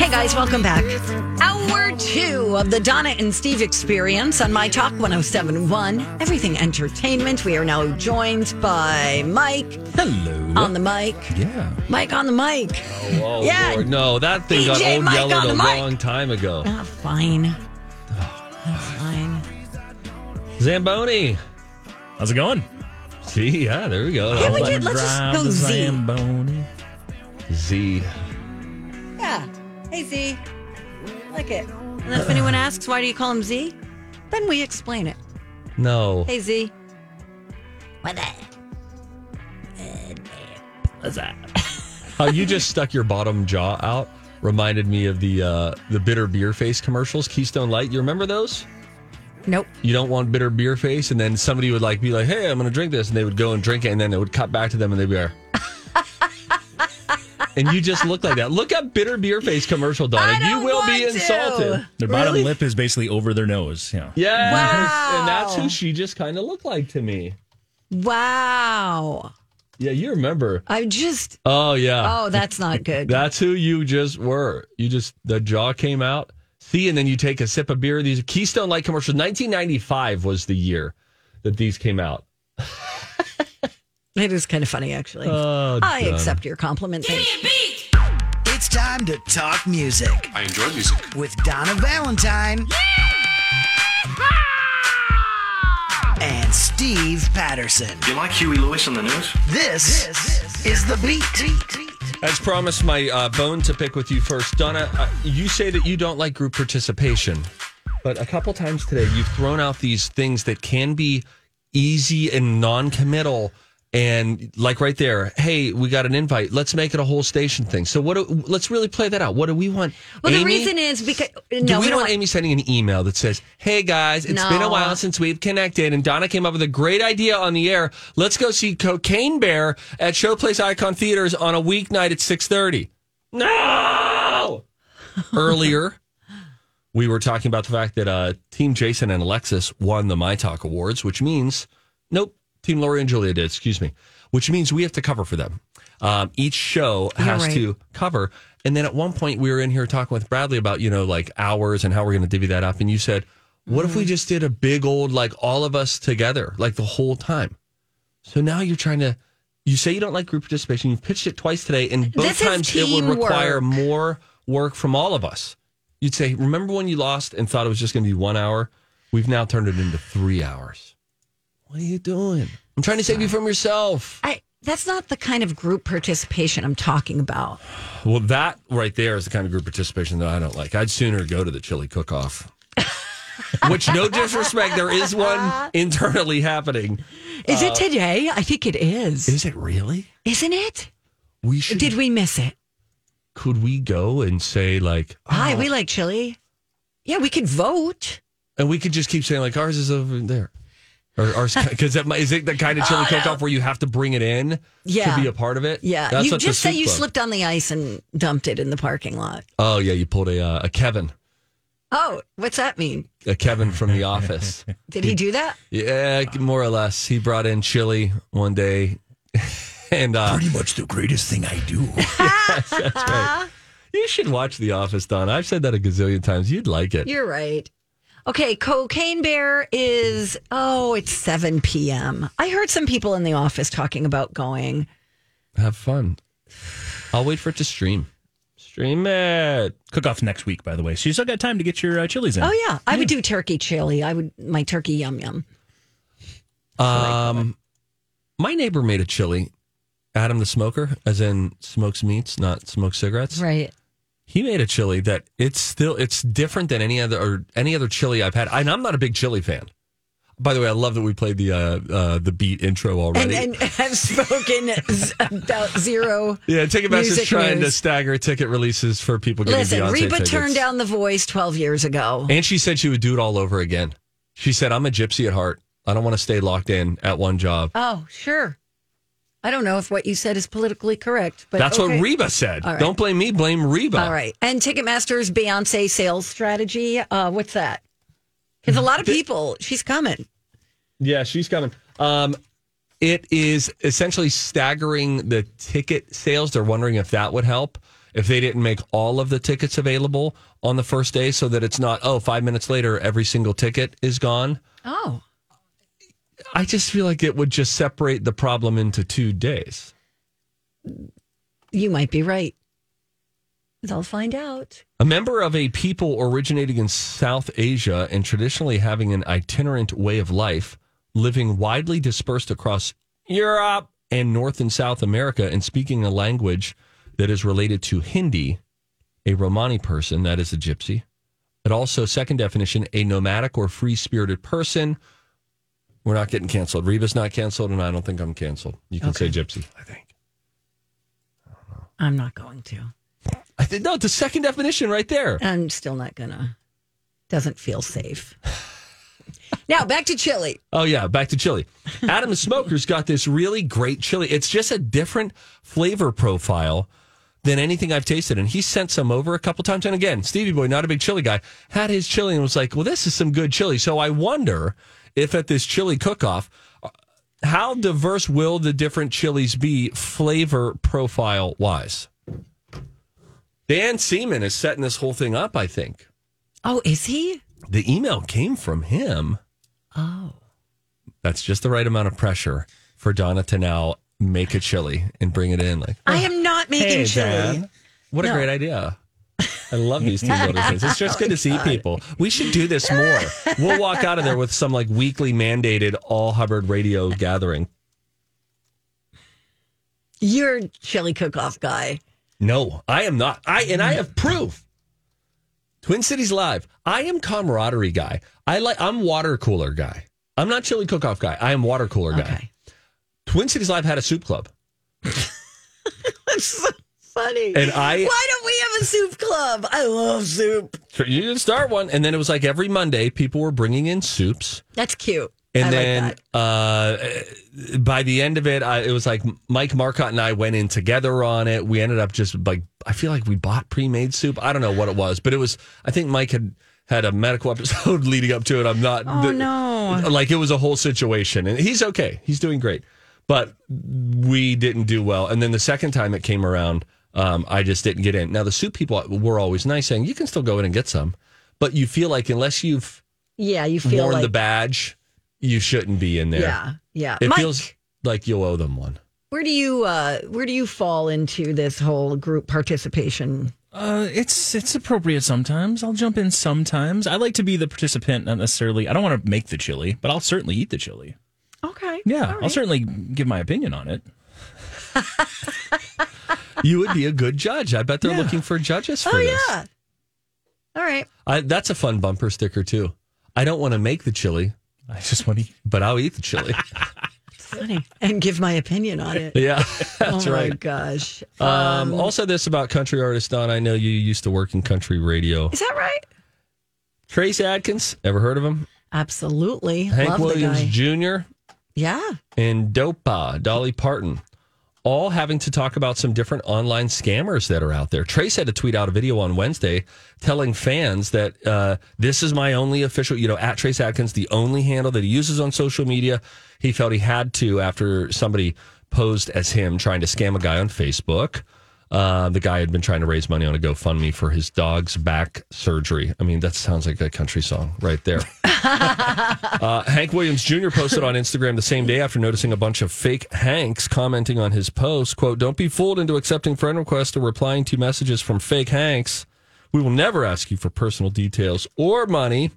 Hey guys, welcome back. Hour two of the Donna and Steve experience on My Talk 1071, Everything Entertainment. We are now joined by Mike Hello. on the mic. yeah. Mike on the mic. Uh, Oh, Yeah. Lord. No, that thing got DJ old Mike on yellowed the a mic. long time ago. Ah, fine. Ah, fine. Zamboni. How's it going? See, yeah, there we go. Can we All get- let's just Drive go the Z. Zamboni. that Z. Yeah. Hey, Z. Like it. And if anyone asks, why do you call him Z? Then we explain it. No. Hey, Z. What the? What's that? How Oh, you just stuck your bottom jaw out reminded me of the uh, the bitter beer face commercials, Keystone Light. You remember those? Nope. You don't want bitter beer face, and then somebody would like be like, "Hey, I'm going to drink this," and they would go and drink it, and then it would cut back to them, and they'd be like. And you just look like that. Look up bitter beer face commercial, Donna. I don't you will be want to. insulted. Their bottom Really? lip is basically over their nose. Yeah. Yes. Wow. And that's who she just kind of looked like to me. Wow. Yeah, you remember. I just. Oh, yeah. Oh, that's not good. That's who you just were. You just, the jaw came out. See, and then you take a sip of beer. These are Keystone Light commercials. 1995 was the year that these came out. It is kind of funny, actually. Oh, I Donna. accept your compliment. Thank you. It's time to talk music. I enjoy music. With Donna Valentine. And Steve Patterson. You like Huey Lewis on the news? This, is the beat. As promised, my uh, bone to pick with you first. Donna, uh, you say that you don't like group participation, but a couple times today you've thrown out these things that can be easy and non committal. And like right there, hey, we got an invite. Let's make it a whole station thing. So what? Do, let's really play that out. What do we want? Well, the Amy? reason is because no, Do we, don't don't want Amy sending an email that says, "Hey guys, it's been a No. while since we've connected, and Donna came up with a great idea on the air. Let's go see Cocaine Bear at Showplace Icon Theaters on a weeknight at 6.30. No. Earlier, we were talking about the fact that uh, Team Jason and Alexis won the My Talk Awards, which means nope, Team Lori and Julia did. Excuse me, which means we have to cover for them. Um, each show has right. to cover. And then at one point, we were in here talking with Bradley about you know like hours and how we're going to divvy that up. And you said, "What if we just did a big old like all of us together, like the whole time?" So now you're trying to. You say you don't like group participation. You've pitched it twice today, and both This is times it would require teamwork. more work from all of us. You'd say, remember when you lost and thought it was just going to be one hour? We've now turned it into three hours. What are you doing? I'm trying to save you from yourself. I, that's not the kind of group participation I'm talking about. Well, that right there is the kind of group participation that I don't like. I'd sooner go to the chili cook off, which, no disrespect, there is one internally happening. Is it today? I think it is. Uh, Is it really? Isn't it? We should. Did we miss it? could we go and say, like, Hi, Oh. we like chili. Yeah, we could vote. And we could just keep saying like ours is over there. Or ours because that might- is it the kind of chili cook off where you have to bring it in Oh, Yeah. to be a part of it? Yeah, you what the just say soup you club- slipped on the ice and dumped it in the parking lot. Oh yeah, you pulled a uh, a Kevin, Oh, what's that mean? a Kevin from the office. Did he do that? Yeah, more or less. He brought in chili one day, and uh, Pretty much the greatest thing I do. you should watch The Office, Don. I've said that a gazillion times. You'd like it. You're right. Okay, Cocaine Bear is, oh, it's 7 p.m. I heard some people in the office talking about going. Have fun. I'll wait for it to stream. Dream it. Cook off next week, by the way. So you still got time to get your uh, chilies in. Oh yeah, I would do turkey chili. I would my turkey yum yum. Um, my neighbor made a chili. Adam the smoker, as in smokes meats, not smokes cigarettes. Right. He made a chili that it's still it's different than any other or any other chili I've had. And I'm not a big chili fan. By the way, I love that we played the uh, uh, the beat intro And already. and have spoken z- about zero. yeah, Ticketmaster music is trying to news. stagger ticket releases for people getting Listen, Beyonce Reba tickets. turned down the voice twelve years ago. And she said she would do it all over again. She said, "I'm a gypsy at heart. I don't want to stay locked in at one job." Oh sure. I don't know if what you said is politically correct, but That's okay. what Reba said. All right. Don't blame me. Blame Reba. All right. And Ticketmaster's Beyonce sales strategy. Uh, what's that? Because a lot of people, she's coming. Yeah, she's coming. Um, it is essentially staggering the ticket sales. They're wondering if that would help if they didn't make all of the tickets available on the first day so that it's not, oh, five minutes later, every single ticket is gone. Oh. I just feel like it would just separate the problem into two days. You might be right. They'll find out. A member of a people originating in South Asia and traditionally having an itinerant way of life, living widely dispersed across Europe and North and South America, and speaking a language that is related to Hindi, a Romani person, that is a gypsy. But also, second definition, a nomadic or free spirited person. We're not getting canceled. Reba's not canceled, and I don't think I'm canceled. You can say gypsy, I think. I'm not going to. I think no, it's the second definition right there. I'm still not gonna. Doesn't feel safe. now back to chili. Oh yeah, back to chili. Adam the Smoker's got this really great chili. It's just a different flavor profile than anything I've tasted. And he sent some over a couple times. And again, Stevie Boy, not a big chili guy, had his chili and was like, "Well, this is some good chili." So I wonder if at this chili cook-off, uh, how diverse will the different chilies be flavor profile wise? Dan Seaman is setting this whole thing up. I think Oh, is he? the email came from him. Oh. That's just the right amount of pressure for Donna to now make a chili and bring it in. Like, I am not making Hey, chili. Dan. what a No. great idea. I love these two little things. It's just good to see people. We should do this more. We'll walk out of there with some like weekly mandated all Hubbard radio gathering. You're chili cook-off guy. No, I am not. I and I have proof. Twin Cities Live. I am camaraderie guy. I like I'm water cooler guy. I'm not chili cook off guy. I am water cooler guy. Okay. Twin Cities Live had a soup club. That's so funny. And I- Why don't we have a soup club? I love soup. So you didn't start one, and then it was like every Monday, people were bringing in soups, That's cute. and I then like that. uh, by the end of it, I, it was like Mike Marcotte and I went in together on it. We ended up just like I feel like we bought pre-made soup. I don't know what it was, but it was. I think Mike had had a medical episode leading up to it. I'm not. Oh, no. Like it was a whole situation, and he's okay. He's doing great, but we didn't do well. And then the second time it came around, um, I just didn't get in. Now the soup people were always nice, saying you can still go in and get some, but you feel like unless you've yeah, you feel worn like the badge, you shouldn't be in there. yeah, yeah. It Mike, feels like you owe them one. where do you uh, where do you fall into this whole group participation? Uh, it's it's appropriate sometimes. I'll jump in sometimes. I like to be the participant, not necessarily. I don't want to make the chili, but I'll certainly eat the chili. Okay, Yeah, All right. I'll certainly give my opinion on it. You would be a good judge. I bet they're Yeah. looking for judges for Oh this. yeah. All right. I, that's a fun bumper sticker too. I don't want to make the chili, I just want to. eat. but I'll eat the chili. Funny. And give my opinion on it. yeah, that's oh right. my gosh. Um, also, this about country artist Don. I know you used to work in country radio. Is that right? Trace Adkins, ever heard of him? Absolutely. Hank Love Williams the guy. Jr. Yeah. and Dopa, Dolly Parton, all having to talk about some different online scammers that are out there. Trace had to tweet out a video on Wednesday telling fans that uh, this is my only official, you know, at Trace Atkins, the only handle that he uses on social media. He felt he had to after somebody posed as him trying to scam a guy on Facebook. Uh, the guy had been trying to raise money on a GoFundMe for his dog's back surgery. I mean, that sounds like a country song right there. Uh, Hank Williams Jr. posted on Instagram the same day after noticing a bunch of fake Hanks commenting on his post. "Quote: Don't be fooled into accepting friend requests or replying to messages from fake Hanks. We will never ask you for personal details or money."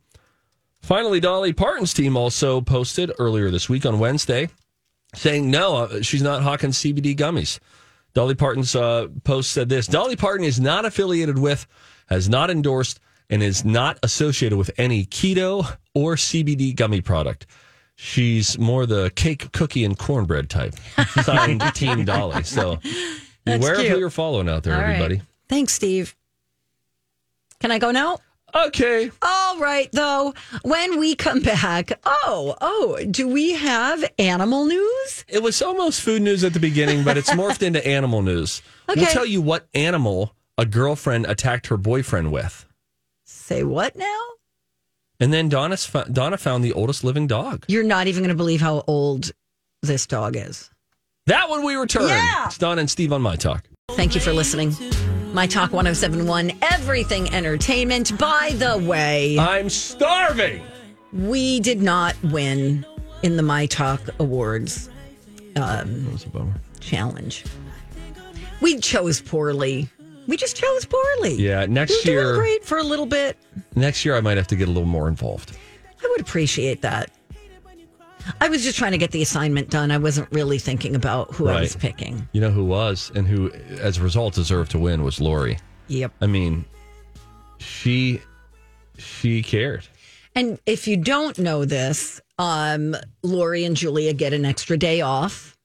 Finally, Dolly Parton's team also posted earlier this week on Wednesday saying no, uh, she's not hawking CBD gummies. Dolly Parton's uh, post said this Dolly Parton is not affiliated with, has not endorsed, and is not associated with any keto or CBD gummy product. She's more the cake, cookie, and cornbread type. Signed Team Dolly. So That's beware of who cute. you're following out there, All right. everybody. Thanks, Steve. Can I go now? Okay. All right, though. When we come back, oh, oh, do we have animal news? It was almost food news at the beginning, but it's morphed into animal news. We'll Okay. tell you what animal a girlfriend attacked her boyfriend with. Say what now? And then Donna's, fo- Donna found the oldest living dog. You're not even going to believe how old this dog is. That when we return. Yeah. It's Donna and Steve on My Talk. Thank you for listening. My Talk 1071, Everything Entertainment. By the way, I'm starving. we did not win in the My Talk Awards That was a bummer. challenge. We chose poorly. We just chose poorly. Yeah, We next were doing year, great for a little bit. next year I might have to get a little more involved. I would appreciate that. I was just trying to get the assignment done. I wasn't really thinking about who I Right. was picking. You know who was and who, as a result, deserved to win was Lori. Yep. I mean, she she cared. And if you don't know this, um, Lori and Julia get an extra day off,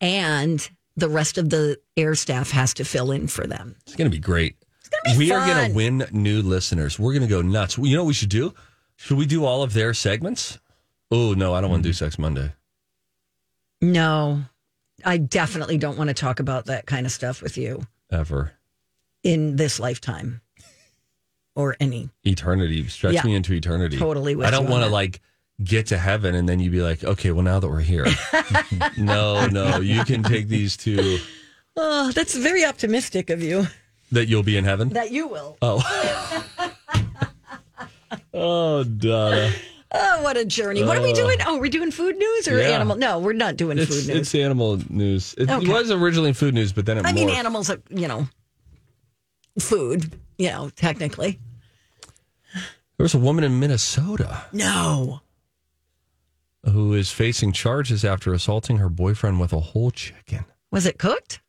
and the rest of the air staff has to fill in for them. It's gonna be great. It's gonna be we are fun. gonna win new listeners. We're gonna go nuts. You know what we should do? Should we do all of their segments? Oh no, I don't want to do Sex Monday. No, I definitely don't want to talk about that kind of stuff with you Ever. in this lifetime or any. eternity stretch Yeah. me into eternity Totally with i don't you on want to that. like get to heaven and then you be like okay well now that we're here no no you can take these two Oh, that's very optimistic of you that you'll be in heaven that you will. oh oh donna Oh, what a journey. What are we doing? Oh, we're doing food news or Uh, Yeah. animal? No, we're not doing it's, food news. it's animal news it Okay. was originally food news but then it I mean, morphed. animals are, you know, food, you know, technically. there was a woman in minnesota No. who is facing charges after assaulting her boyfriend with a whole chicken Was it cooked?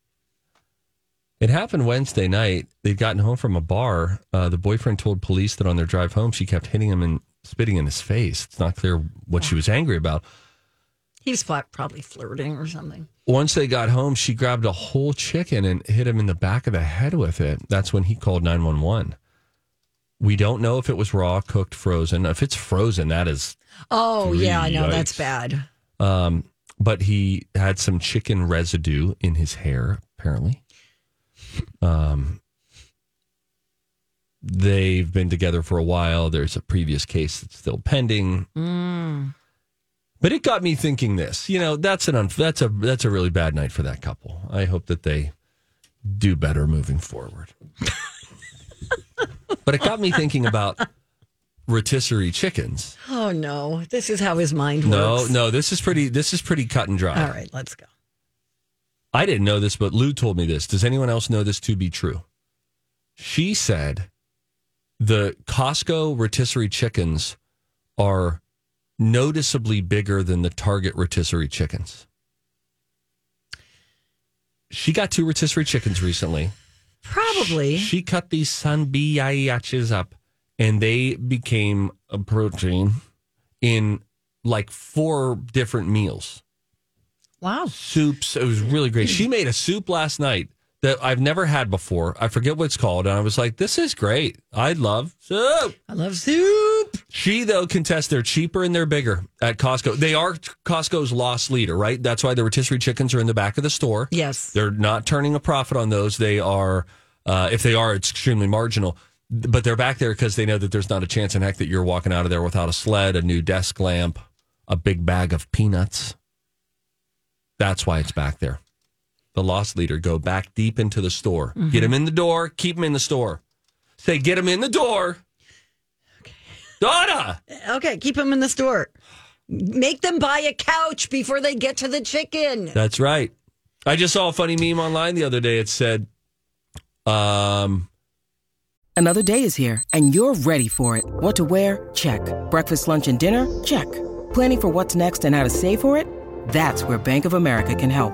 It happened Wednesday night. They'd gotten home from a bar. Uh, the boyfriend told police that on their drive home, she kept hitting him and spitting in his face. It's not clear what she was angry about. He was fla- probably flirting or something. Once they got home, she grabbed a whole chicken and hit him in the back of the head with it. That's when he called 911. We don't know if it was raw, cooked, frozen. If it's frozen, that is. Oh, yeah, I know. That's Yikes. bad. Um, but he had some chicken residue in his hair, apparently. Um, they've been together for a while. There's a previous case that's still pending. Mm. But it got me thinking this. You know, that's an un- that's a that's a really bad night for that couple. I hope that they do better moving forward. but it got me thinking about rotisserie chickens. Oh, no. This is how his mind No, works. no, this is pretty this is pretty cut and dry. All right, let's go. I didn't know this, but Lou told me this. Does anyone else know this to be true? She said the Costco rotisserie chickens are noticeably bigger than the Target rotisserie chickens. She got two rotisserie chickens recently. Probably. She cut these sunbiaches up and they became a protein in like four different meals wow. soups. It was really great. She made a soup last night that I've never had before. I forget what it's called. And I was like, this is great. I love soup. I love soup. She, though, contests they're cheaper and they're bigger at Costco. They are Costco's loss leader, right? That's why the rotisserie chickens are in the back of the store. Yes. They're not turning a profit on those. They are, uh, if they are, it's extremely marginal. But they're back there because they know that there's not a chance in heck that you're walking out of there without a sled, a new desk lamp, a big bag of peanuts. That's why it's back there. the loss leader go back deep into the store. Get him in the door. Keep him in the store. Say, get him in the door. Donna, Okay, keep them in the store. Make them buy a couch before they get to the chicken. that's right. I just saw a funny meme online the other day. It said, um, Another day is here, and you're ready for it. What to wear? Check. Breakfast, lunch, and dinner? Check. Planning for what's next and how to save for it? That's where Bank of America can help.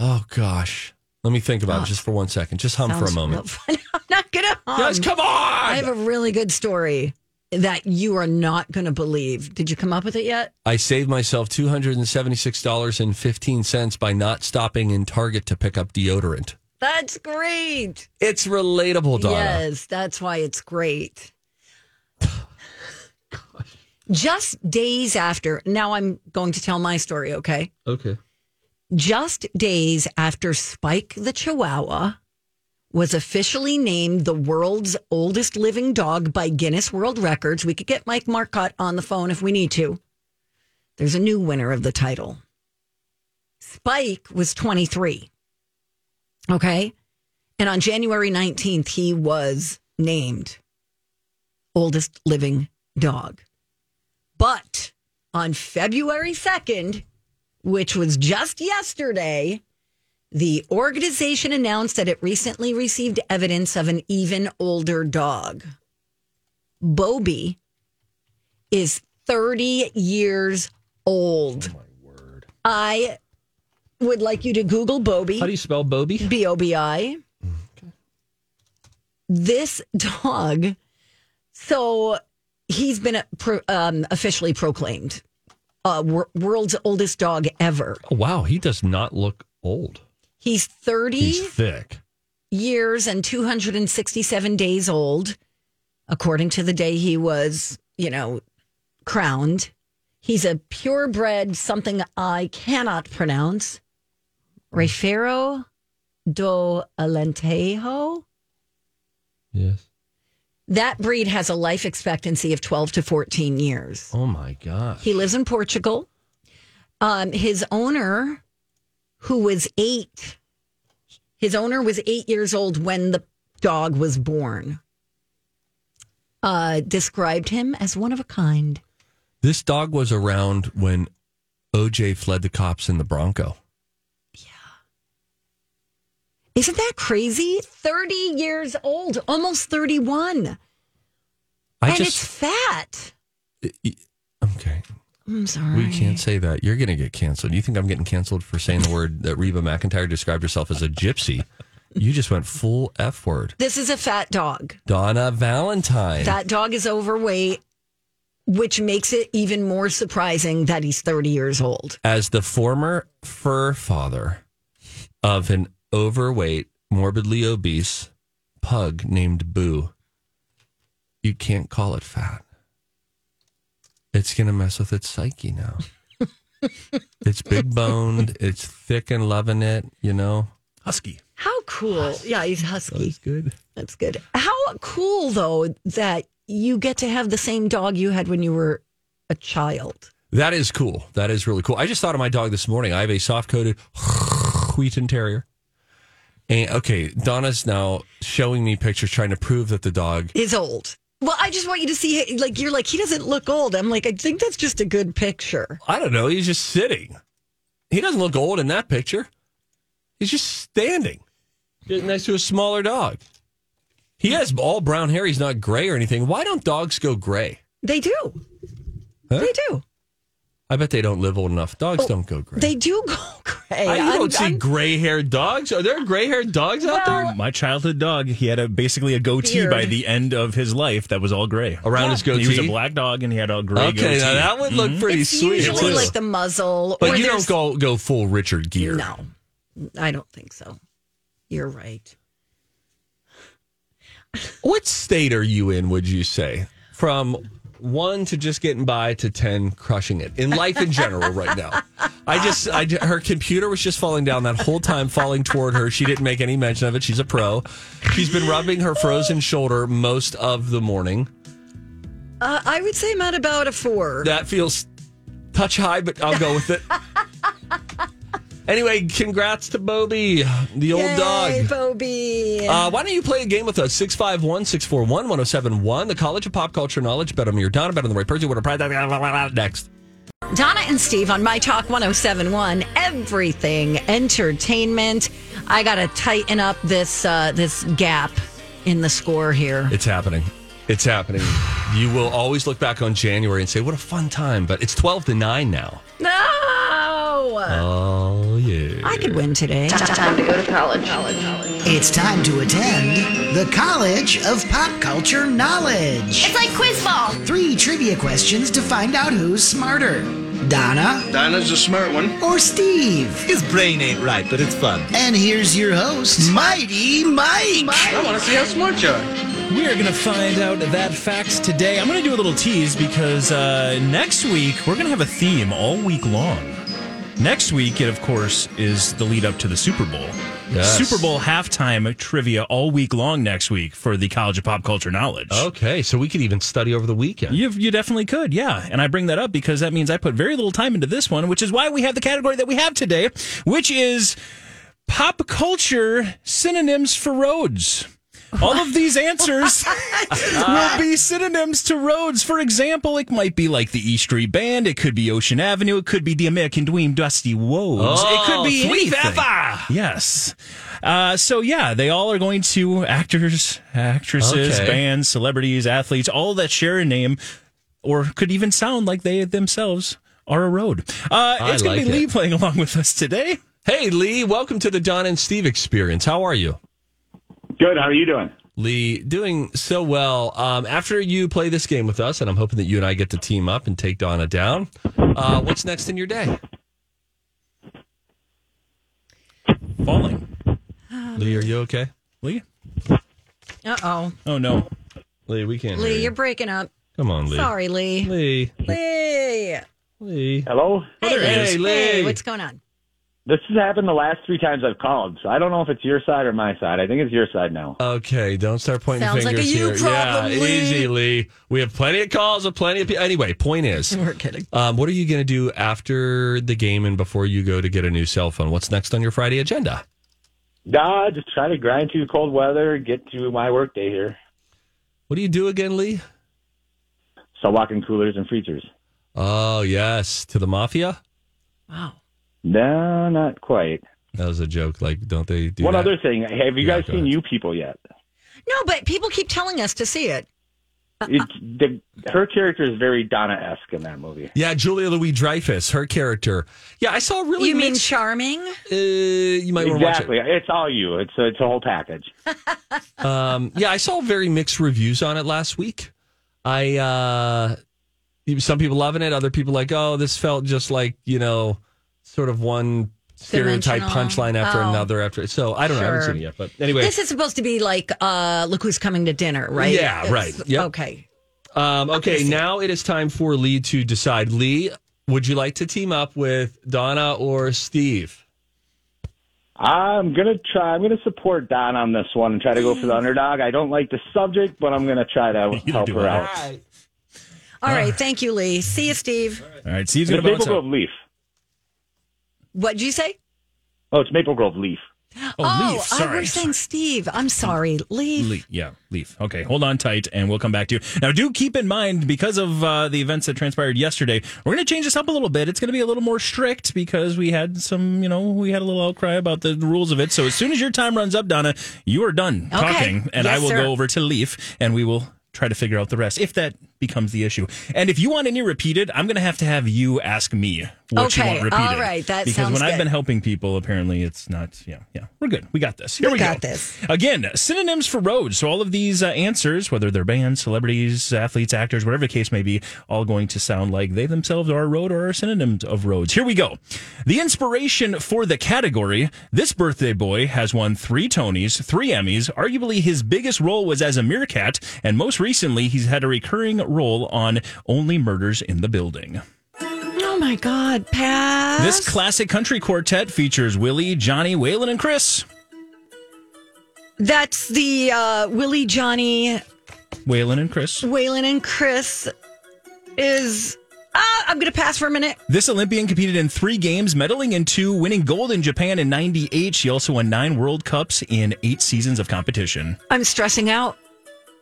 oh gosh. Let me think about it just for one second. Just hum for a Sounds real moment. fun. I'm not gonna. Hum. Guys, come I have on. a really good story that you are not gonna believe. Did you come up with it yet? I saved myself $276.15 by not stopping in Target to pick up deodorant. That's great. It's relatable, Donna. Yes, that's why it's great. Just days after, now I'm going to tell my story, okay? Okay. Just days after Spike the Chihuahua was officially named the world's oldest living dog by Guinness World Records, we could get Mike Marcotte on the phone if we need to. There's a new winner of the title. Spike was 23. Okay. And on January 19th, he was named oldest living dog. But on February 2nd, which was just yesterday, the organization announced that it recently received evidence of an even older dog. Bobby is 30 years old. Oh my word. I would like you to Google Bobby. How do you spell Bobby? B O B I. This dog, so he's been uh, pro, um, officially proclaimed uh, wor- world's oldest dog ever. Oh, wow, he does not look old. He's 30 He's thick. years and 267 days old, according to the day he was, you know, crowned. He's a purebred, something I cannot pronounce. Referro do Alentejo. Yes. That breed has a life expectancy of 12 to 14 years. Oh my gosh. He lives in Portugal. Um, his owner, who was eight, his owner was eight years old when the dog was born. Uh, described him as one of a kind. This dog was around when OJ fled the cops in the Bronco. Isn't that crazy? 30 years old, almost 31. I and it's just fat. okay. I'm sorry. We can't say that. You're going to get canceled. You think I'm getting canceled for saying the word that Reba McIntyre described herself as a gypsy? You just went full F word. This is a fat dog. Donna Valentine. That dog is overweight, which makes it even more surprising that he's 30 years old. as the former fur father of an overweight, morbidly obese pug named Boo, you can't call it fat. It's going to mess with its psyche now. it's big boned, it's thick and loving it, you know? Husky. How cool. Yeah, he's husky. good. That's good. How cool, though, that you get to have the same dog you had when you were a child. That is cool. That is really cool. I just thought of my dog this morning. I have a soft coated Wheaton Terrier. And okay, Donna's now showing me pictures trying to prove that the dog Is old. Well, I just want you to see, like, you're like, he doesn't look old. I'm like, I think that's just a good picture. I don't know. He's just sitting. He doesn't look old in that picture. He's just standing Just next to a smaller dog. He has all brown hair. He's not gray or anything. Why don't dogs go gray? They do. Huh? They do. I bet they don't live old enough. Dogs don't go gray. Oh, They do go gray. I, you I'm- don't see I'm- gray haired dogs. Are there gray haired dogs out there? My childhood dog, he had a basically a goatee Beard. by the end of his life that was all gray. Around his He was a goatee? black dog and he had a gray Okay, goatee. now that would look pretty it's sweet. usually too. like the muzzle. or Mm-hmm. but you don't there's- go go full Richard Gere. No, I don't think so. You're right. What state are you in? Would you say from one to just getting by to ten crushing it in life in general right now? I just I ju- her computer was just falling down that whole time, falling toward her. She didn't make any mention of it. She's a pro. She's been rubbing her frozen shoulder most of the morning. Uh, I would say I'm at about a four. That feels touch high, but I'll go with it. Anyway, congrats to Bobby, the old Yay, dog. Bobby. Uh, why don't you play a game with us? 651 641 1071, the College of Pop Culture Knowledge. Bet on your Donna, bet on the right person. What a pride. Next. Donna and Steve on My Talk 1071, everything entertainment. I got to tighten up this uh, this gap in the score here. It's happening. It's happening. You will always look back on January and say, what a fun time. But it's 12 to 9 now. No! Uh. Oh, yeah. I could win today. It's time to attend the College of Pop Culture Knowledge. It's like quiz ball. Three trivia questions to find out who's smarter Donna Dinah's a smart one. or Steve. His brain ain't right, but it's fun. And here's your host, Mighty Mike. I want to see how smart you are. We are going to find out that facts today. I'm going to do a little tease because uh, next week we're going to have a theme all week long. Next week, it of course is the lead up to the Super Bowl. Yes. Super Bowl halftime trivia all week long next week for the College of Pop Culture Knowledge. Okay, so we could even study over the weekend. You you definitely could, yeah. And I bring that up because that means I put very little time into this one, which is why we have the category that we have today, which is pop culture synonyms for roads. All of these answers will be synonyms to roads. For example, it might be like the E Street Band. It could be Ocean Avenue. It could be the American Dream, Dusty Roads. it could be Oh, Sweet anything. Peppa. Yes. Uh, so yeah, they all are going to actors, actresses, Okay. bands, celebrities, athletes, all that share a name, or could even sound like they themselves are a road. Uh, I it's going like to be Lee it. playing along with us today. Hey, Lee, welcome to the Don and Steve experience. How are you? Good. How are you doing? Lee, doing so well. Um, after you play this game with us, and I'm hoping that you and I get to team up and take Donna down. Uh, what's next in your day? Falling. Um, Lee, are you okay? Lee? Uh oh. Oh no. Lee, we can't. hear Lee, you. you're breaking up. Come on, Lee. Sorry, Lee. Lee. Lee. Lee. Oh, Hello. Hey, Lee. Hey, Lee. Hey, what's going on? This has happened the last three times I've called, so I don't know if it's your side or my side. I think it's your side now. Okay, don't start pointing Sounds like a fingers you here. problem, yeah, Lee. easy, Lee. We have plenty of calls of plenty of people. Anyway, point is, We're kidding. um, what are you going to do after the game and before you go to get a new cell phone? What's next on your Friday agenda? Nah, just try to grind through cold weather, get to my work day here. What do you do again, Lee? So walking coolers and freezers. Oh, yes, to the mafia. Wow. No, not quite. That was a joke. Like, don't they do One that? other thing. Have you Yeah, guys go seen ahead. You People yet? No, but people keep telling us to see it. It, the, her character is very Donna esque in that movie. Yeah, Julia Louis Dreyfus, her character. Yeah, I saw a really. You mean mixed- charming? uh, you might want to watch it. Exactly. It's all you. It's a, it's a whole package. Um, yeah, I saw very mixed reviews on it last week. I uh, some people loving it, other people like, oh, this felt just like you know, sort of one stereotype Dimensional. punchline after Oh. another after. So I don't know, I haven't Sure. seen it yet, but anyway, This is supposed to be like, uh, look who's coming to dinner, right? Yeah, It's- right. Yep. Okay. um, okay, now it is time for Lee to decide. Lee, would you like to team up with Donna or Steve? I'm gonna try. I'm gonna support Don on this one and try to go for the underdog. I don't like the subject, but I'm gonna try to don't help do her it. out. All right. Ah. Thank you, Lee. See you, Steve. All right, Steve's It's going to Maple bounce Grove out. Leaf. What'd you say? Oh, it's Maple Grove Leaf. Oh, oh Leaf. I- Sorry. we're saying Steve. I'm sorry, Leaf. Leaf. Yeah, Leaf. Okay, hold on tight, and we'll come back to you. Now, do keep in mind because of uh, the events that transpired yesterday, we're going to change this up a little bit. It's going to be a little more strict because we had some, you know, we had a little outcry about the rules of it. So as soon as your time runs up, Donna, you are done Okay. talking, and I Yes, will sir. go over to Leaf, and we will try to figure out the rest if that becomes the issue. And if you want any repeated, I'm going to have to have you ask me what you Okay, want repeated. all right, that because sounds when I've good. been helping people, apparently it's not. Yeah, yeah, we're good. We got this. Here we, We got go. this. Again, synonyms for roads. So all of these uh, answers, whether they're bands, celebrities, athletes, actors, whatever the case may be, all going to sound like they themselves are a road or are synonyms of roads. Here we go. The inspiration for the category: This birthday boy has won three Tonys, three Emmys. Arguably, his biggest role was as a meerkat, and most recently, he's had a recurring role on Only Murders in the Building. Oh my God, Pat. This classic country quartet features Willie, Johnny, Waylon, and Chris. That's the uh, Willie, Johnny, Waylon and Chris. Waylon, and Chris is. Ah, I'm going to pass for a minute. This Olympian competed in three games, medaling in two, winning gold in Japan in 98. She also won nine World Cups in eight seasons of competition. I'm stressing out.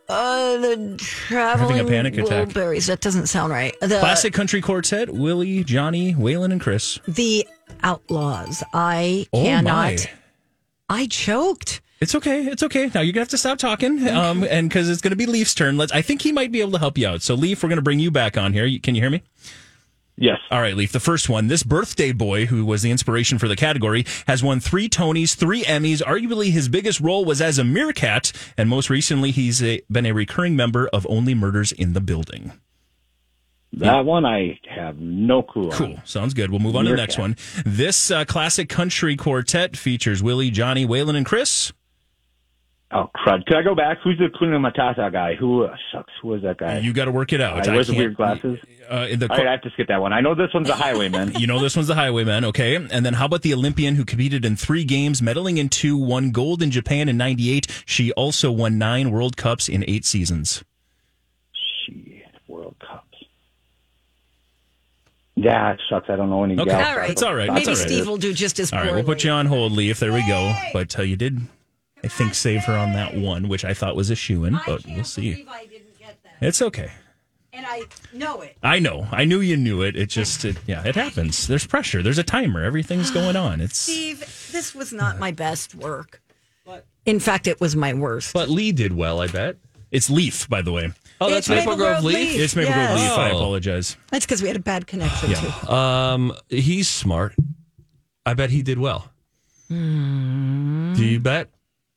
Uh, the traveling panic attack. Wilburys. That doesn't sound right. The, Classic country quartet Willie, Johnny, Waylon, and Chris. The Outlaws. I Oh, my. cannot. I choked. It's okay. It's okay. Now you're gonna have to stop talking, um, and because it's gonna be Leaf's turn. Let's. I think he might be able to help you out. So Leaf, we're gonna bring you back on here. You- Can you hear me? Yes. All right, Leaf, the first one. This birthday boy, who was the inspiration for the category, has won three Tonys, three Emmys. Arguably, his biggest role was as a meerkat, and most recently, he's a, been a recurring member of Only Murders in the Building. That one I have no clue. on. Cool. Sounds good. We'll move on to the next one. This uh, classic country quartet features Willie, Johnny, Waylon, and Chris. Oh crud! Could I go back? Who's the Kuna Matata guy? Who uh, sucks? Who was that guy? You got to work it out. I wears the can't- weird glasses. Uh, in the All right, I have to skip that one. I know this one's a highwayman. You know this one's the Highwayman, okay? And then how about the Olympian who competed in three games, medaling in two, won gold in Japan in '98. She also won nine World Cups in eight seasons. She World Cups. Yeah, it sucks. I don't know any. Okay. gals. All right. It's all right. It's That's Maybe all right. Steve will do just as All poorly. right, we'll put you on hold, Leaf. There we go. But uh, you did, I think, save her on that one, which I thought was a shoe in, but we'll see. I didn't get that. It's okay. And I know it. I know. I knew you knew it. It just, it, yeah, it happens. There's pressure. There's a timer. Everything's going on. It's. Steve, this was not my best work. In fact, it was my worst. But Lee did well, I bet. It's Leaf, by the way. Oh, It's that's Maple Maple Grove Grove Leaf. It's Maple Grove Yes. Leaf. I Oh. apologize. That's because we had a bad connection, too. Um, he's smart. I bet he did well. Do you bet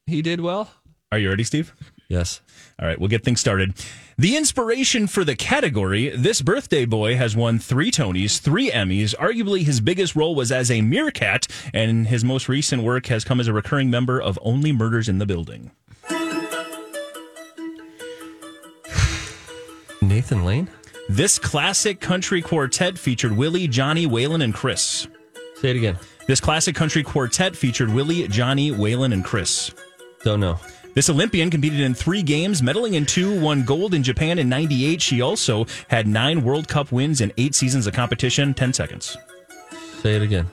he did well? Are you ready, Steve? Yes. All right, we'll get things started. The inspiration for the category this birthday boy has won three Tonys, three Emmys. Arguably, his biggest role was as a meerkat, and his most recent work has come as a recurring member of Only Murders in the Building. Nathan Lane. This classic country quartet featured Willie, Johnny, Waylon, and Chris. Say it again. This classic country quartet featured Willie, Johnny, Waylon, and Chris. Don't know. This Olympian competed in three games, medaling in two, won gold in Japan in 98. She also had nine World Cup wins and eight seasons of competition. 10 seconds. Say it again.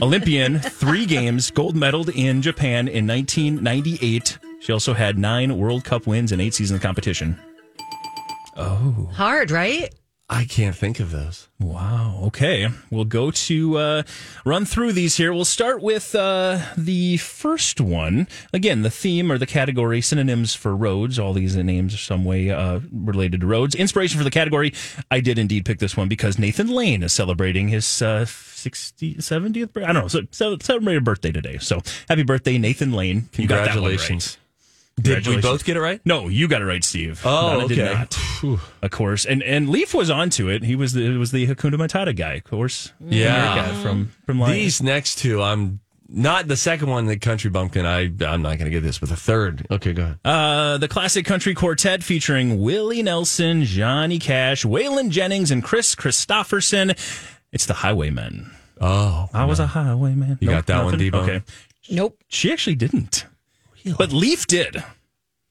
Olympian, three games, gold medaled in Japan in 1998. She also had nine World Cup wins and eight seasons of competition. Hard, right? I can't think of those. Wow. Okay. We'll go to uh, run through these here. We'll start with uh, the first one. Again, the theme or the category synonyms for roads. All these names are some way uh, related to roads. Inspiration for the category. I did indeed pick this one because Nathan Lane is celebrating his uh, 60, 70th birthday. I don't know. So, so, celebrated birthday today. So happy birthday, Nathan Lane. You got that one right. Congratulations. Did we Congratulations. both get it right? No, you got it right, Steve. Oh, Donna okay. did not. Phew. Of course, and and Leaf was onto it. He was the it was the Hakuna Matata guy, of course. Yeah. The guy from from Lion. These next two, I'm not the second one, the country bumpkin. I I'm not going to get this, but the third. Okay, go ahead. Uh, the classic country quartet featuring Willie Nelson, Johnny Cash, Waylon Jennings, and Chris Christopherson. It's the Highwaymen. Oh, I was a Highwayman. You got that one, nothing? Deebo? Okay, Nope. she actually didn't, but Leaf did.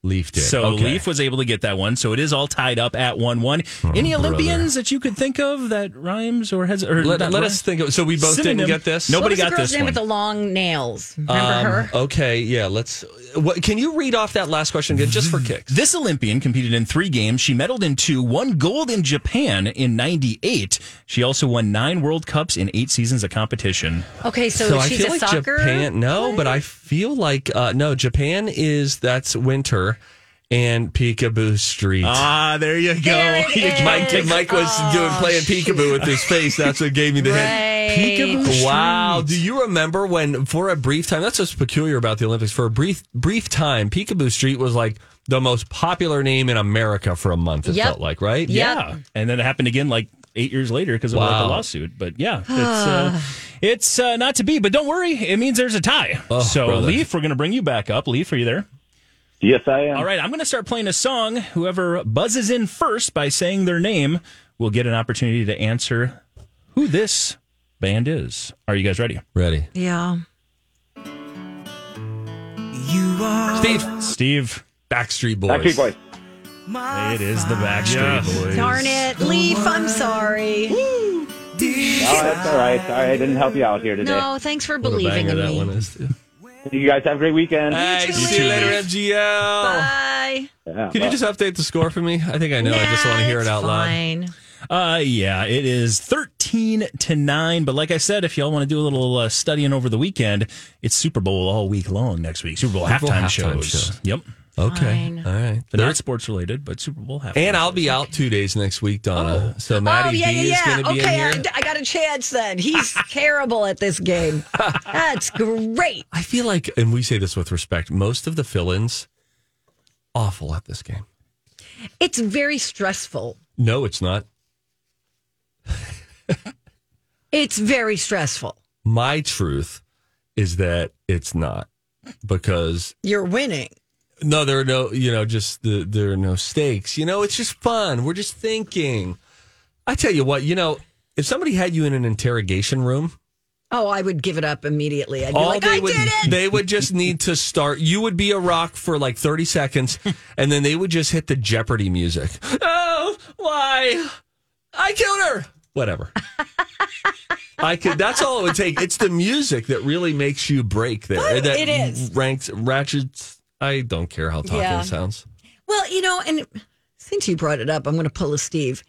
Leaf did. So Okay. Leaf was able to get that one. So it is all tied up at one one. Oh, Any Olympians that you could think of that rhymes or has or Let, not let rhyme? us think. Of, so we both Synonym. didn't get this. Nope. what Nobody was got the girl's this name one. with the long nails? Remember Um, her? Okay, yeah. Let's. What, can you read off that last question again, just for kicks? This Olympian competed in three games. She medaled in two, won gold in Japan in 98. She also won nine World Cups in eight seasons of competition. Okay, so, I she's feel a like soccer. Japan. No, but I feel like uh, no. Japan is that's winter, and Peekaboo Street. Ah, there you go. There it You is. Mike, Mike was doing playing peekaboo with his face. That's what gave me the hint. Right. Peekaboo. Wow. Do you remember when, for a brief time, that's what's peculiar about the Olympics. For a brief brief time, Peekaboo Street was like the most popular name in America for a month. It Yep. felt like, right? Yeah, and then it happened again like eight years later because of like, Wow. the lawsuit. But yeah, it's uh, it's uh, not to be. But don't worry, it means there's a tie. Oh, so brother. Leaf, we're going to bring you back up. Leaf, are you there? Yes, I am. All right, I'm going to start playing a song. Whoever buzzes in first by saying their name will get an opportunity to answer who this band is. Are you guys ready? Ready, Yeah. You are Steve? Steve, Backstreet Boys. Backstreet Boys. my it is the Backstreet Yes. Boys. Darn it, Leaf. I'm sorry. Oh, that's all right. Sorry, I didn't help you out here today. No, thanks for What a believing banger in that me. one is. too. You guys have a great weekend. Uh, Hey, too, see you Leaf. later, FGL. Bye. Yeah, Can you well, just update the score for me? I think I know. I just want to hear it out loud. loud. Uh, yeah, it is 13 to 9. But like I said, if y'all want to do a little uh, studying over the weekend, it's Super Bowl all week long next week. Super Bowl Super Bowl halftime, halftime shows. shows. Yep. Okay. Fine. All right. But Thir- not sports related, but Super Bowl halftime. And I'll shows. be out two days next week, Donna. So Oh, Maddie yeah, B is yeah, going yeah. to be Okay, in I, here. I got a chance then. He's terrible at this game. That's great. I feel like, and we say this with respect, most of the fill-ins awful at this game. It's very stressful. No, it's not. It's very stressful. My truth is that it's not because You're winning. no, there are no, you know, just the, there are no stakes. You know, it's just fun. We're just thinking. I tell you what, you know, if somebody had you in an interrogation room, Oh, I would give it up immediately. I'd be all like, they I would did it. they would just need to start you would be a rock for like 30 seconds and then they would just hit the jeopardy music oh why i killed her whatever i could that's all it would take it's the music that really makes you break there that It is. ranks ratchets i don't care how talking Yeah. it sounds Well, you know, and since you brought it up, I'm going to pull a Steve.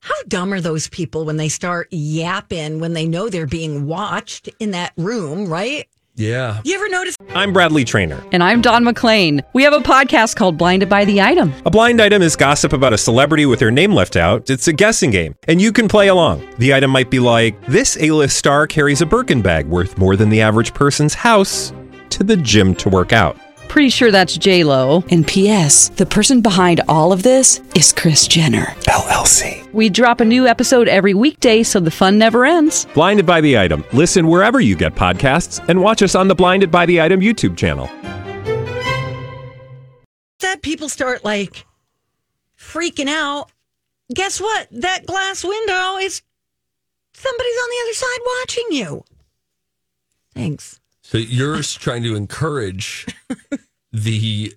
How dumb are those people when they start yapping when they know they're being watched in that room, right? yeah You ever notice? I'm Bradley Trainer. And I'm Don McClain. We have a podcast called Blinded by the Item. A blind item is gossip about a celebrity with their name left out. It's a guessing game, and you can play along. The item might be like this: A-list star carries a Birkin bag worth more than the average person's house to the gym to work out. Pretty sure that's J Lo. And P.S. The person behind all of this is Chris Jenner. LLC. We drop a new episode every weekday, so the fun never ends. Blinded by the item. Listen wherever you get podcasts, and watch us on the Blinded by the Item YouTube channel. that people start like freaking out, guess what? That glass window is somebody's on the other side watching you. Thanks. so you're trying to encourage the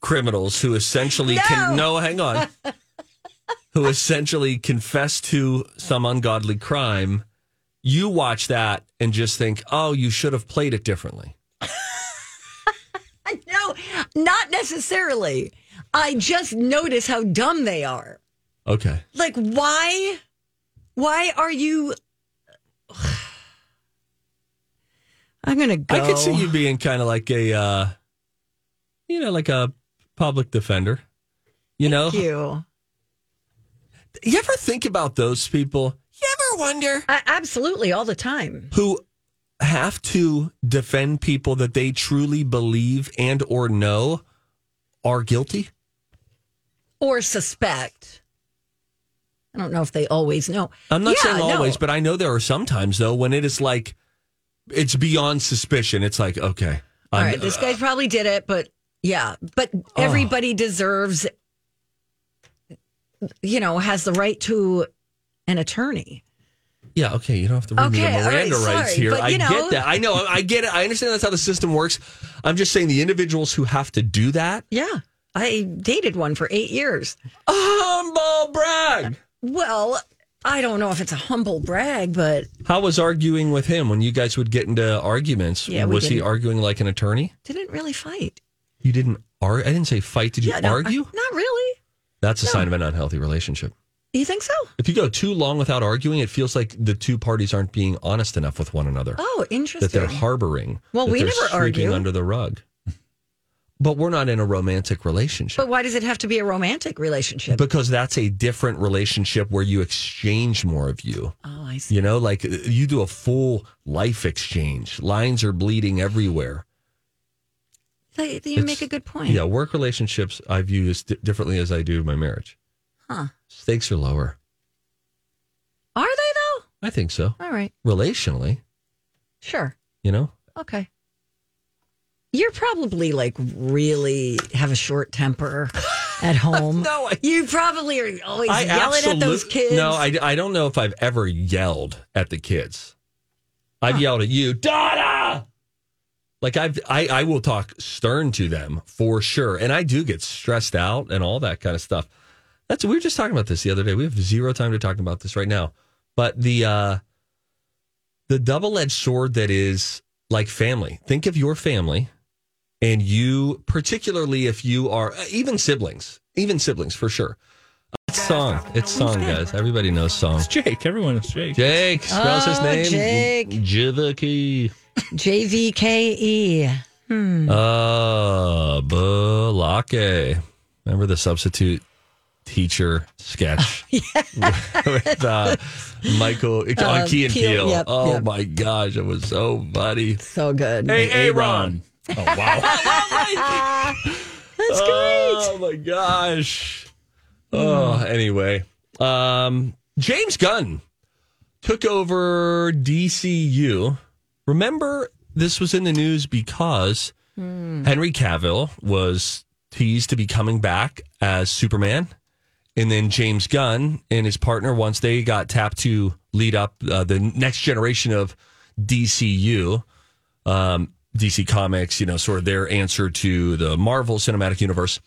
criminals who essentially can no hang on who essentially confess to some ungodly crime you watch that and just think oh you should have played it differently No, not necessarily. I just notice how dumb they are. okay Like, why? Why are you? I'm gonna go. i could see you being kind of like a uh you know like a public defender you know Thank you. you ever think about those people you ever wonder I, absolutely, all the time. who have to defend people that they truly believe and or know are guilty or suspect. I don't know if they always know. i'm not Yeah, saying no. always but i know there are sometimes though when it is like it's beyond suspicion it's like okay all I'm- uh, Oh. right, this guy probably did it, but yeah, but everybody deserves, you know, has the right to an attorney. yeah okay you don't have to read Okay, me all the right, miranda sorry, rights here but, i you know- get that i know i get it i understand that's how the system works i'm just saying the individuals who have to do that Yeah, I dated one for eight years. humble brag Well, I don't know if it's a humble brag, but how was arguing with him when you guys would get into arguments Yeah, we was he didn't. arguing like an attorney didn't really fight. You didn't argue. I didn't say fight. Did you no, argue? Not really. That's a sign of an unhealthy relationship. You think so? If you go too long without arguing, it feels like the two parties aren't being honest enough with one another. Oh, interesting. that they're harboring. Well, that we they're never sweeping argue. under the rug. But we're not in a romantic relationship But why does it have to be a romantic relationship? because that's a different relationship where you exchange more of you. oh, I see. You know, like you do a full life exchange. Lines are bleeding everywhere. Th- You make a good point. Yeah, work relationships I view as di- differently as I do my marriage. Huh. Stakes are lower. Are they I think so. though? All right. Relationally, Sure. you know? Okay. You're probably like really have a short temper at home. No, I- you probably are always yelling at those absolute- kids. No, I, I don't know if I've ever yelled at the kids. I've yelled at you, Donna. Like I've I, I will talk stern to them for sure, and I do get stressed out and all that kind of stuff. That's we were just talking about this the other day. We have zero time to talk about this right now, but the uh, the double edged sword that is like family. Think of your family and you, particularly if you are uh, even siblings, even siblings for sure. It's song. It's song, guys. Everybody knows song. Jake, everyone is Jake. Jake spells his Oh, name. Jake. Jivaki. J V K E. Hmm. Mm. Uh, Balake. Remember the substitute teacher sketch with uh, Michael Uh, on Key and Peele, Peele. yep, oh yep. my gosh, it was so funny. So good. Hey, hey, Ron. Ron. Oh wow. That's Oh my gosh. Oh, anyway. Um, James Gunn took over DCU. Remember, this was in the news because Henry Cavill was teased to be coming back as Superman. And then James Gunn and his partner, once they got tapped to lead up uh, the next generation of DCU, um, DC Comics, you know, sort of their answer to the Marvel Cinematic Universe.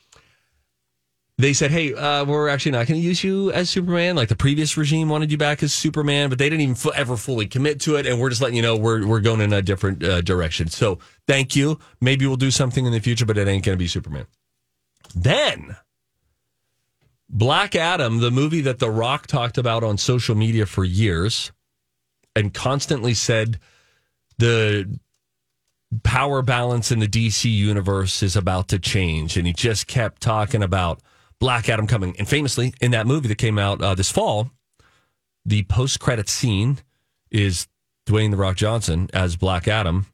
They said, "Hey, uh, we're actually not going to use you as Superman. Like the previous regime wanted you back as Superman, but they didn't even fu- ever fully commit to it. And we're just letting you know we're we're going in a different uh, direction. So thank you. Maybe we'll do something in the future, but it ain't going to be Superman." Then Black Adam, the movie that The Rock talked about on social media for years, and constantly said the power balance in the DC universe is about to change. And he just kept talking about Black Adam coming. And famously, in that movie that came out uh, this fall, the post credit scene is Dwayne The Rock Johnson as Black Adam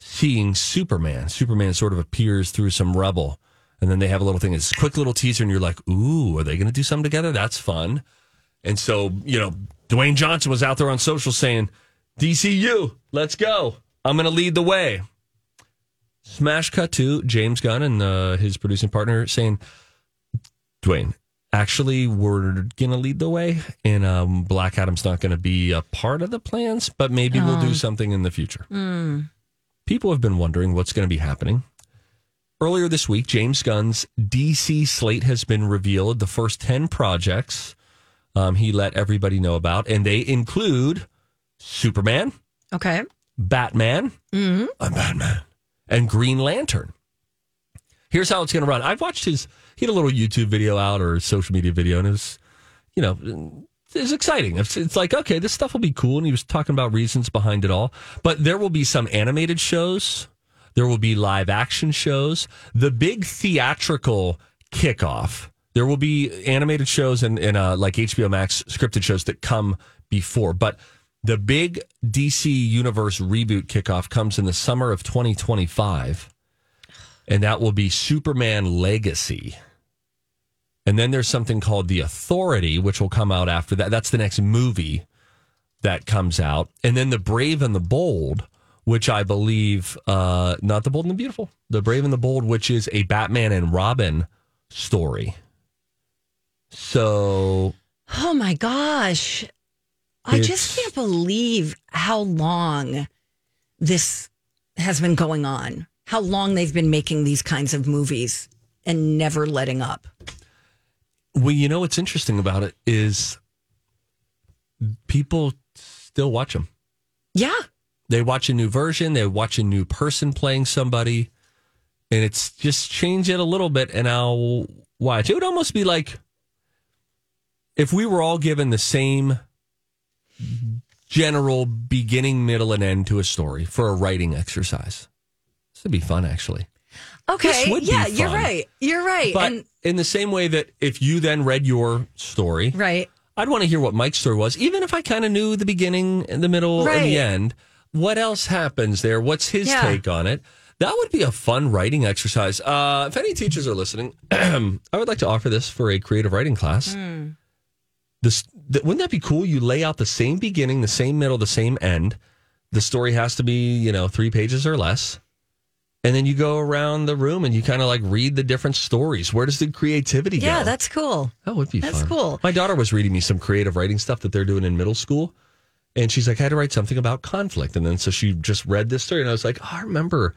seeing Superman. Superman sort of appears through some rubble. And then they have a little thing, it's a quick little teaser, and you're like, ooh, are they going to do something together? That's fun. And so, you know, Dwayne Johnson was out there on social saying, DCU, let's go. I'm going to lead the way. Smash cut to James Gunn and uh, his producing partner saying, Dwayne, actually, we're going to lead the way, and um, Black Adam's not going to be a part of the plans, but maybe we'll do something in the future. People have been wondering what's going to be happening. Earlier this week, James Gunn's DC slate has been revealed. The first 10 projects um, he let everybody know about, and they include Superman, Okay. Batman, hmm I'm Batman, and Green Lantern. Here's how it's going to run. I've watched his, he had a little YouTube video out or social media video, and it was, you know, it was exciting. It's, it's like, okay, this stuff will be cool. And he was talking about reasons behind it all. But there will be some animated shows, there will be live action shows, the big theatrical kickoff. There will be animated shows and, and uh, like HBO Max scripted shows that come before. But the big DC Universe reboot kickoff comes in the summer of 2025, and that will be Superman Legacy. And then there's something called The Authority, which will come out after that. That's the next movie that comes out. And then The Brave and the Bold, which I believe, uh, not The Bold and the Beautiful, The Brave and the Bold, which is a Batman and Robin story. So Oh my gosh. I just It's- can't believe how long this has been going on. How long they've been making these kinds of movies and never letting up. Well, you know what's interesting about it is people still watch them. Yeah. They watch a new version, they watch a new person playing somebody, and it's just change it a little bit, and I'll watch. It would almost be like if we were all given the same general beginning, middle, and end to a story for a writing exercise. This would be fun, actually. Okay. This would be yeah, you're fun. right. You're right. But and in the same way that if you then read your story, right, I'd want to hear what Mike's story was, even if I kind of knew the beginning and the middle and Right. the end. What else happens there? What's his Yeah. take on it? That would be a fun writing exercise. Uh, if any teachers are listening, I would like to offer this for a creative writing class. Hmm. This th- wouldn't that be cool? You lay out the same beginning, the same middle, the same end. The story has to be you know three pages or less. And then you go around the room and you kind of like read the different stories. Where does the creativity go? yeah, that's cool. That would be That's fun. cool. My daughter was reading me some creative writing stuff that they're doing in middle school. And she's like, I had to write something about conflict. And then so she just read this story. And I was like, oh, I remember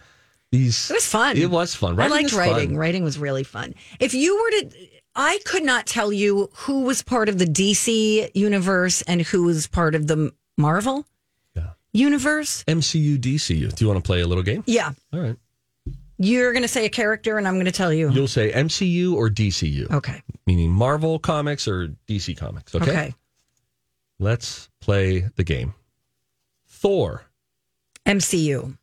these. It was fun. It was fun. Writing I liked is writing. Fun. Writing was really fun. If you were to, I could not tell you who was part of the DC universe and who was part of the Marvel universe. MCU, DCU. Do you want to play a little game? Yeah. All right. You're going to say a character and I'm going to tell you. You'll say MCU or DCU. Okay. Meaning Marvel Comics or DC Comics. Okay. okay. Let's play the game. Thor, MCU.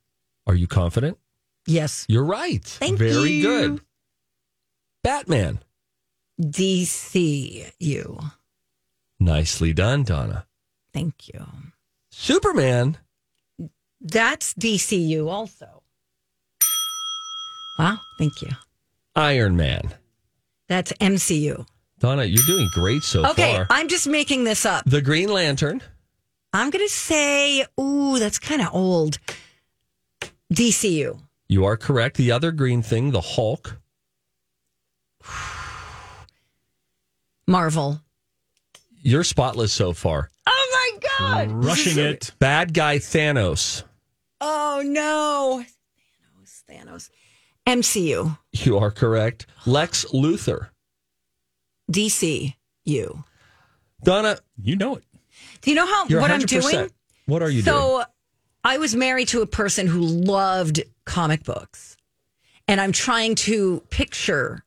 are you confident? Yes. You're right. Thank Very you. good. Batman. DCU. Nicely done, Donna. Thank you. Superman. That's DCU also. Wow. Thank you. Iron Man. That's MCU. Donna, you're doing great so okay. far. I'm just making this up. the Green Lantern. I'm going to say, ooh, that's kind of old. DCU. You are correct. The other green thing, the Hulk. Marvel. You're spotless so far. Oh my God. Rushing it. Bad guy Thanos. Oh no. Thanos, Thanos. MCU. You are correct. Lex Luthor. DCU. Do Donna, You know it. you know how you're what i 100%. am doing? What are you doing? so I was married to a person who loved comic books. And I'm trying to picture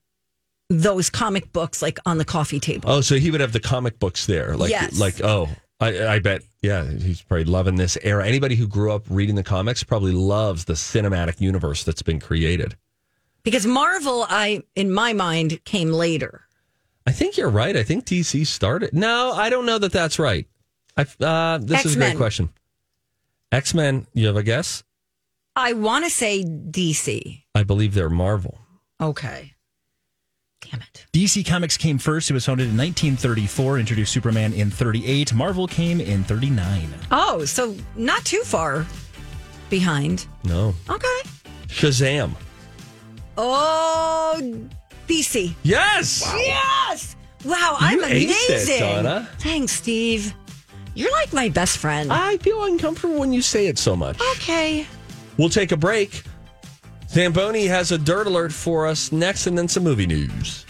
those comic books like on the coffee table. Oh, so he would have the comic books there. Like, Yes. like oh, I, I bet. Yeah, he's probably loving this era. Anybody who grew up reading the comics probably loves the cinematic universe that's been created. Because Marvel, I in my mind, came later. I think you're right. I think DC started. No, I don't know that that's right. I, uh, this is a X-Men. great question. X Men, you have a guess? I wanna say DC. I believe they're Marvel. Okay. Damn it. DC Comics came first. It was founded in 1934, introduced Superman in 38. Marvel came in 39. Oh, so not too far behind. No. Okay. Shazam. Oh, DC. Yes. Yes. Wow, I'm You aced it, amazing. Donna. Thanks, Steve. You're like my best friend. I feel uncomfortable when you say it so much. okay. We'll take a break. Zamboni has a dirt alert for us next and then some movie news.